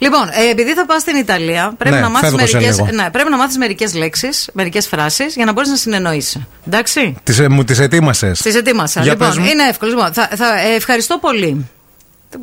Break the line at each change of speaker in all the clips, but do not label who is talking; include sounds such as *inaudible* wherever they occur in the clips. Λοιπόν, ε, επειδή θα πας στην Ιταλία, πρέπει
Ναι,
να μάθεις
φεύγω σε
μερικές
λίγο.
ναι, πρέπει να μάθεις μερικές λέξεις, μερικές φράσεις για να μπορείς να συνεννοείσαι. Εντάξει.
Τις, ε, μου τις ετοίμασες.
Στις ετοίμασα.
Για πες
λοιπόν,
μου.
είναι εύκολο. Λοιπόν, θα, θα, ε, ευχαριστώ πολύ.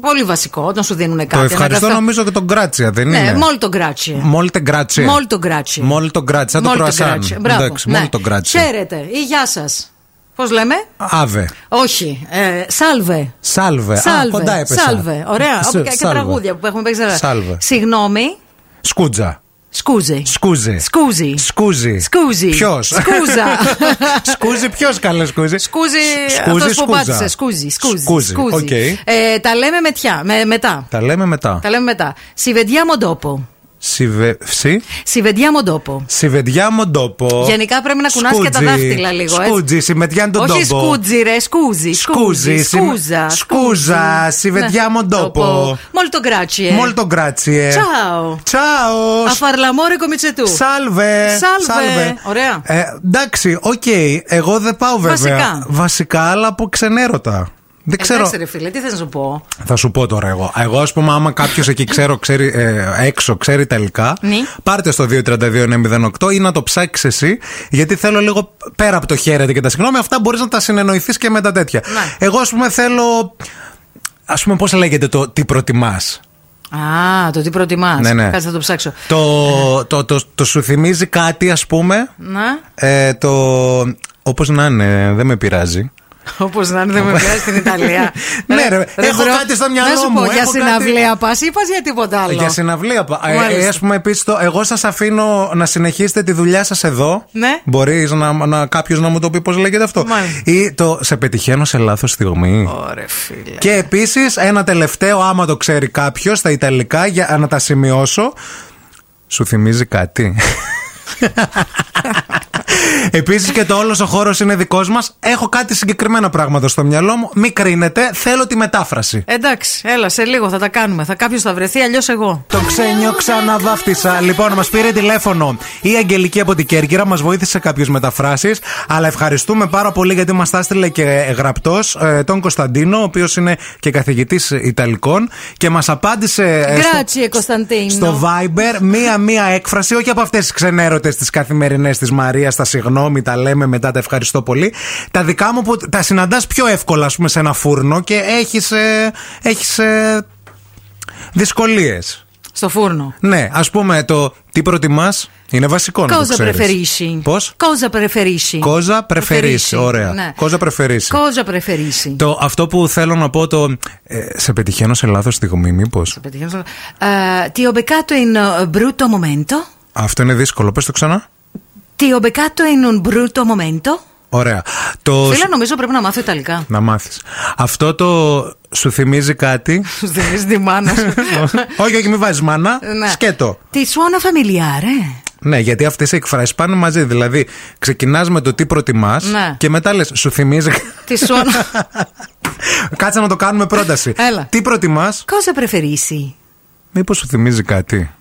Πολύ βασικό όταν σου δίνουν κάτι.
Το ευχαριστώ
αναγκαστά-
νομίζω και τον Κράτσια, δεν
Ναι,
είναι.
μόλι τον κράτσι.
Μόλτε Γκράτσια.
Μόλτο γκράτσι.
Μόλτο Γκράτσια, σαν το
Μόλτο
κροασάν.
γκράτσι. Μπράβο.
Εντάξει,
Ναι.
μόλτο Γκράτσια.
Χαίρετε ή γεια σας. Πώς λέμε.
Αβε.
Όχι. Ε, σάλβε.
Σάλβε.
Σάλβε.
Ε, Α, κοντά έπεσα.
Σάλβε. Ωραία.
Σ-
Όπου και- και,
σάλβε.
τραγούδια που έχουμε παίξει. τώρα.
Σάλβε.
Συγγνώμη.
Σκούτζα.
Σκούζι.
Σκούζι.
Σκούζι.
Σκούζι.
Σκούζι.
Ποιος.
Σκούζα.
*laughs* σκούζι, ποιος καλέ σκούζι.
Σκούζι.
Σκούζι,
Αυτός που
σκούζα.
πάτησε. Σκούζι. Σκούζι.
Σκούζι,
σκούζι.
οκ.
Ε, τα λέμε μετιά, με, μετά.
Τα λέμε μετά.
Τα λέμε μετά. Σιβεντιά μοντόπο.
Σιβε... Σι...
Σιβεντιά μοντόπο.
Σιβεντιά μοντόπο.
Γενικά πρέπει να κουνάς και τα
Σκούτζι.
δάχτυλα λίγο, έτσι.
Σκούτζι, συμμετιά τον
Όχι
τόπο.
σκούτζι, ρε, σκούζι.
Σκούζι,
Σκούζι.
συμ-
Σκούζα.
σκούζα, σιβεντιά μοντόπο.
Μόλι τον κράτσι, ε.
Μόλτο Γκράτσιε.
Τσάο.
Τσάος.
Αφαρλαμόρικο μιτσετού.
Σάλβε.
Σάλβε. Ωραία.
Ε, εντάξει, οκ. Εγώ δεν πάω βέβαια.
Βασικά. Ε,
Βασικά, αλλά από ξενέρωτα. Δεν ξέρω.
Εντάξει, ρε φίλε, τι θες να σου πω.
Θα σου πω τώρα εγώ. Εγώ, ας πούμε, άμα κάποιος εκεί ξέρω, ξέρει, ε, έξω ξέρει τα υλικά,
Ναι.
πάρτε στο 232-908 ή να το ψάξεις εσύ, γιατί θέλω λίγο πέρα από το χαίρετε και τα συγγνώμη, αυτά μπορείς να τα συνεννοηθείς και με τα τέτοια.
Ναι.
Εγώ, ας πούμε, θέλω. Ας πούμε, πώς λέγεται το τι προτιμάς.
Α, το τι προτιμάς.
Ναι, ναι.
Κάτσε θα το ψάξω.
Το, το, το, το σου θυμίζει κάτι, ας πούμε.
Να.
Ε, το. Όπως να είναι, δεν με πειράζει.
Όπως να είναι, δεν με πειράζει στην Ιταλία.
*laughs* Ναι, ρε,
δεν
έχω
μπορώ-
κάτι στο μυαλό
Να σου
μου,
πω, για
έχω κάτι-
συναυλία πας ή πας για τίποτα άλλο.
Για συναυλία. πα- ε,
Μάλιστα.
Ε, ας πούμε, επίσης το. Εγώ σας αφήνω να συνεχίσετε τη δουλειά σας εδώ.
Ναι.
Μπορείς να, να, κάποιος να μου το πει πώς λέγεται αυτό.
Μάλιστα.
Ή το σε πετυχαίνω σε λάθος στιγμή.
Ωρε, φίλε.
Και επίσης ένα τελευταίο, άμα το ξέρει κάποιος στα Ιταλικά, για να τα σημειώσω. Σου θυμίζει
*laughs*
κάτι. Επίσης και το όλος ο χώρος είναι δικός μας. Έχω κάτι συγκεκριμένα πράγματα στο μυαλό μου. Μην κρίνετε, θέλω τη μετάφραση.
Εντάξει, έλα σε λίγο θα τα κάνουμε. Θα κάποιος θα βρεθεί, αλλιώς εγώ.
Το ξένιο ξαναβάφτισα. Λοιπόν, μας πήρε τηλέφωνο η Αγγελική από την Κέρκυρα, μας βοήθησε κάποιες μεταφράσεις. Αλλά ευχαριστούμε πάρα πολύ γιατί μας τα έστειλε και γραπτός τον Κωνσταντίνο, ο οποίος είναι και καθηγητής Ιταλικών και μας απάντησε. ε, στο-
Γκράτσι, Κωνσταντίνο.
στο Viber μία-μία έκφραση, όχι από αυτές τις ξενέρωτες τις καθημερινές τη Μαρία, τα συγγνώμη, τα λέμε μετά, τα ευχαριστώ πολύ. Τα δικά μου που τα συναντάς πιο εύκολα, ας πούμε, σε ένα φούρνο και έχεις. Ε, έχεις, ε, δυσκολίες.
Στο φούρνο.
Ναι, ας πούμε το τι προτιμάς είναι βασικό να το
Κόζα
ξέρεις.
πρεφερήσει.
Πώς?
Κόζα πρεφερήσει.
Κόζα πρεφερήσει. Ωραία. Κόζα πρεφερήσει.
Ναι. Κόζα πρεφερήσει.
Το, αυτό που θέλω να πω το. ε, σε πετυχαίνω σε λάθος στιγμή, μήπω.
Ε, Ti ho beccato in eh, brutto momento.
Αυτό είναι δύσκολο. Πες το ξανά.
Ti ho beccato in un brutto momento.
Ωραία. Το.
Φίλε, νομίζω πρέπει να μάθω
*laughs*
Ιταλικά.
Να μάθεις. Αυτό το. Σου θυμίζει
*laughs*
κάτι.
Σου θυμίζει τη μάνα σου.
όχι, όχι, μην βάζεις μάνα.
Ναι.
Σκέτο.
Ti suona familiare.
Ναι, γιατί αυτές οι εκφράσεις πάνε μαζί. Δηλαδή, ξεκινάς με το τι προτιμάς
Ναι.
και μετά λες, σου θυμίζει.
Ti suona.
*laughs* Κάτσε να το κάνουμε πρόταση.
Έλα.
Τι προτιμάς,
*laughs* Cosa preferisci?
μήπως σου θυμίζει κάτι.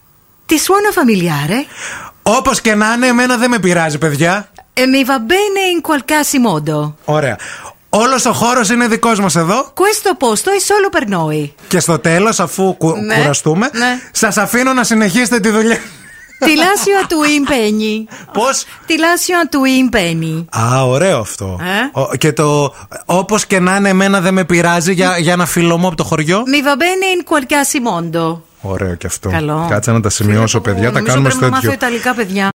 Ti suona familiare?
Όπως και να είναι, εμένα δεν με πειράζει, παιδιά.
E mi va bene in qualsiasi modo.
Ωραία. Όλος ο χώρος είναι δικός μας εδώ.
Questo posto è solo per noi.
Και στο τέλος, αφού κου-
Ναι.
κουραστούμε,
Ναι.
σας αφήνω να συνεχίσετε τη δουλειά.
Ti lascio a tuoi impegni.
Πώς.
Ti lascio a tuoi impegni.
Α, ωραίο αυτό.
Ε.
Ο- και το. Όπως και να είναι, εμένα δεν με πειράζει για, για ένα φίλο μου από το χωριό.
Mi va bene in qualsiasi modo.
Ωραίο και αυτό.
Καλό.
Κάτσε να τα σημειώσω,
Φίλε,
παιδιά. Τα
νομίζω
κάνουμε
πρέπει να
στο
μάθω
τέτοιο.
Ιταλικά, παιδιά.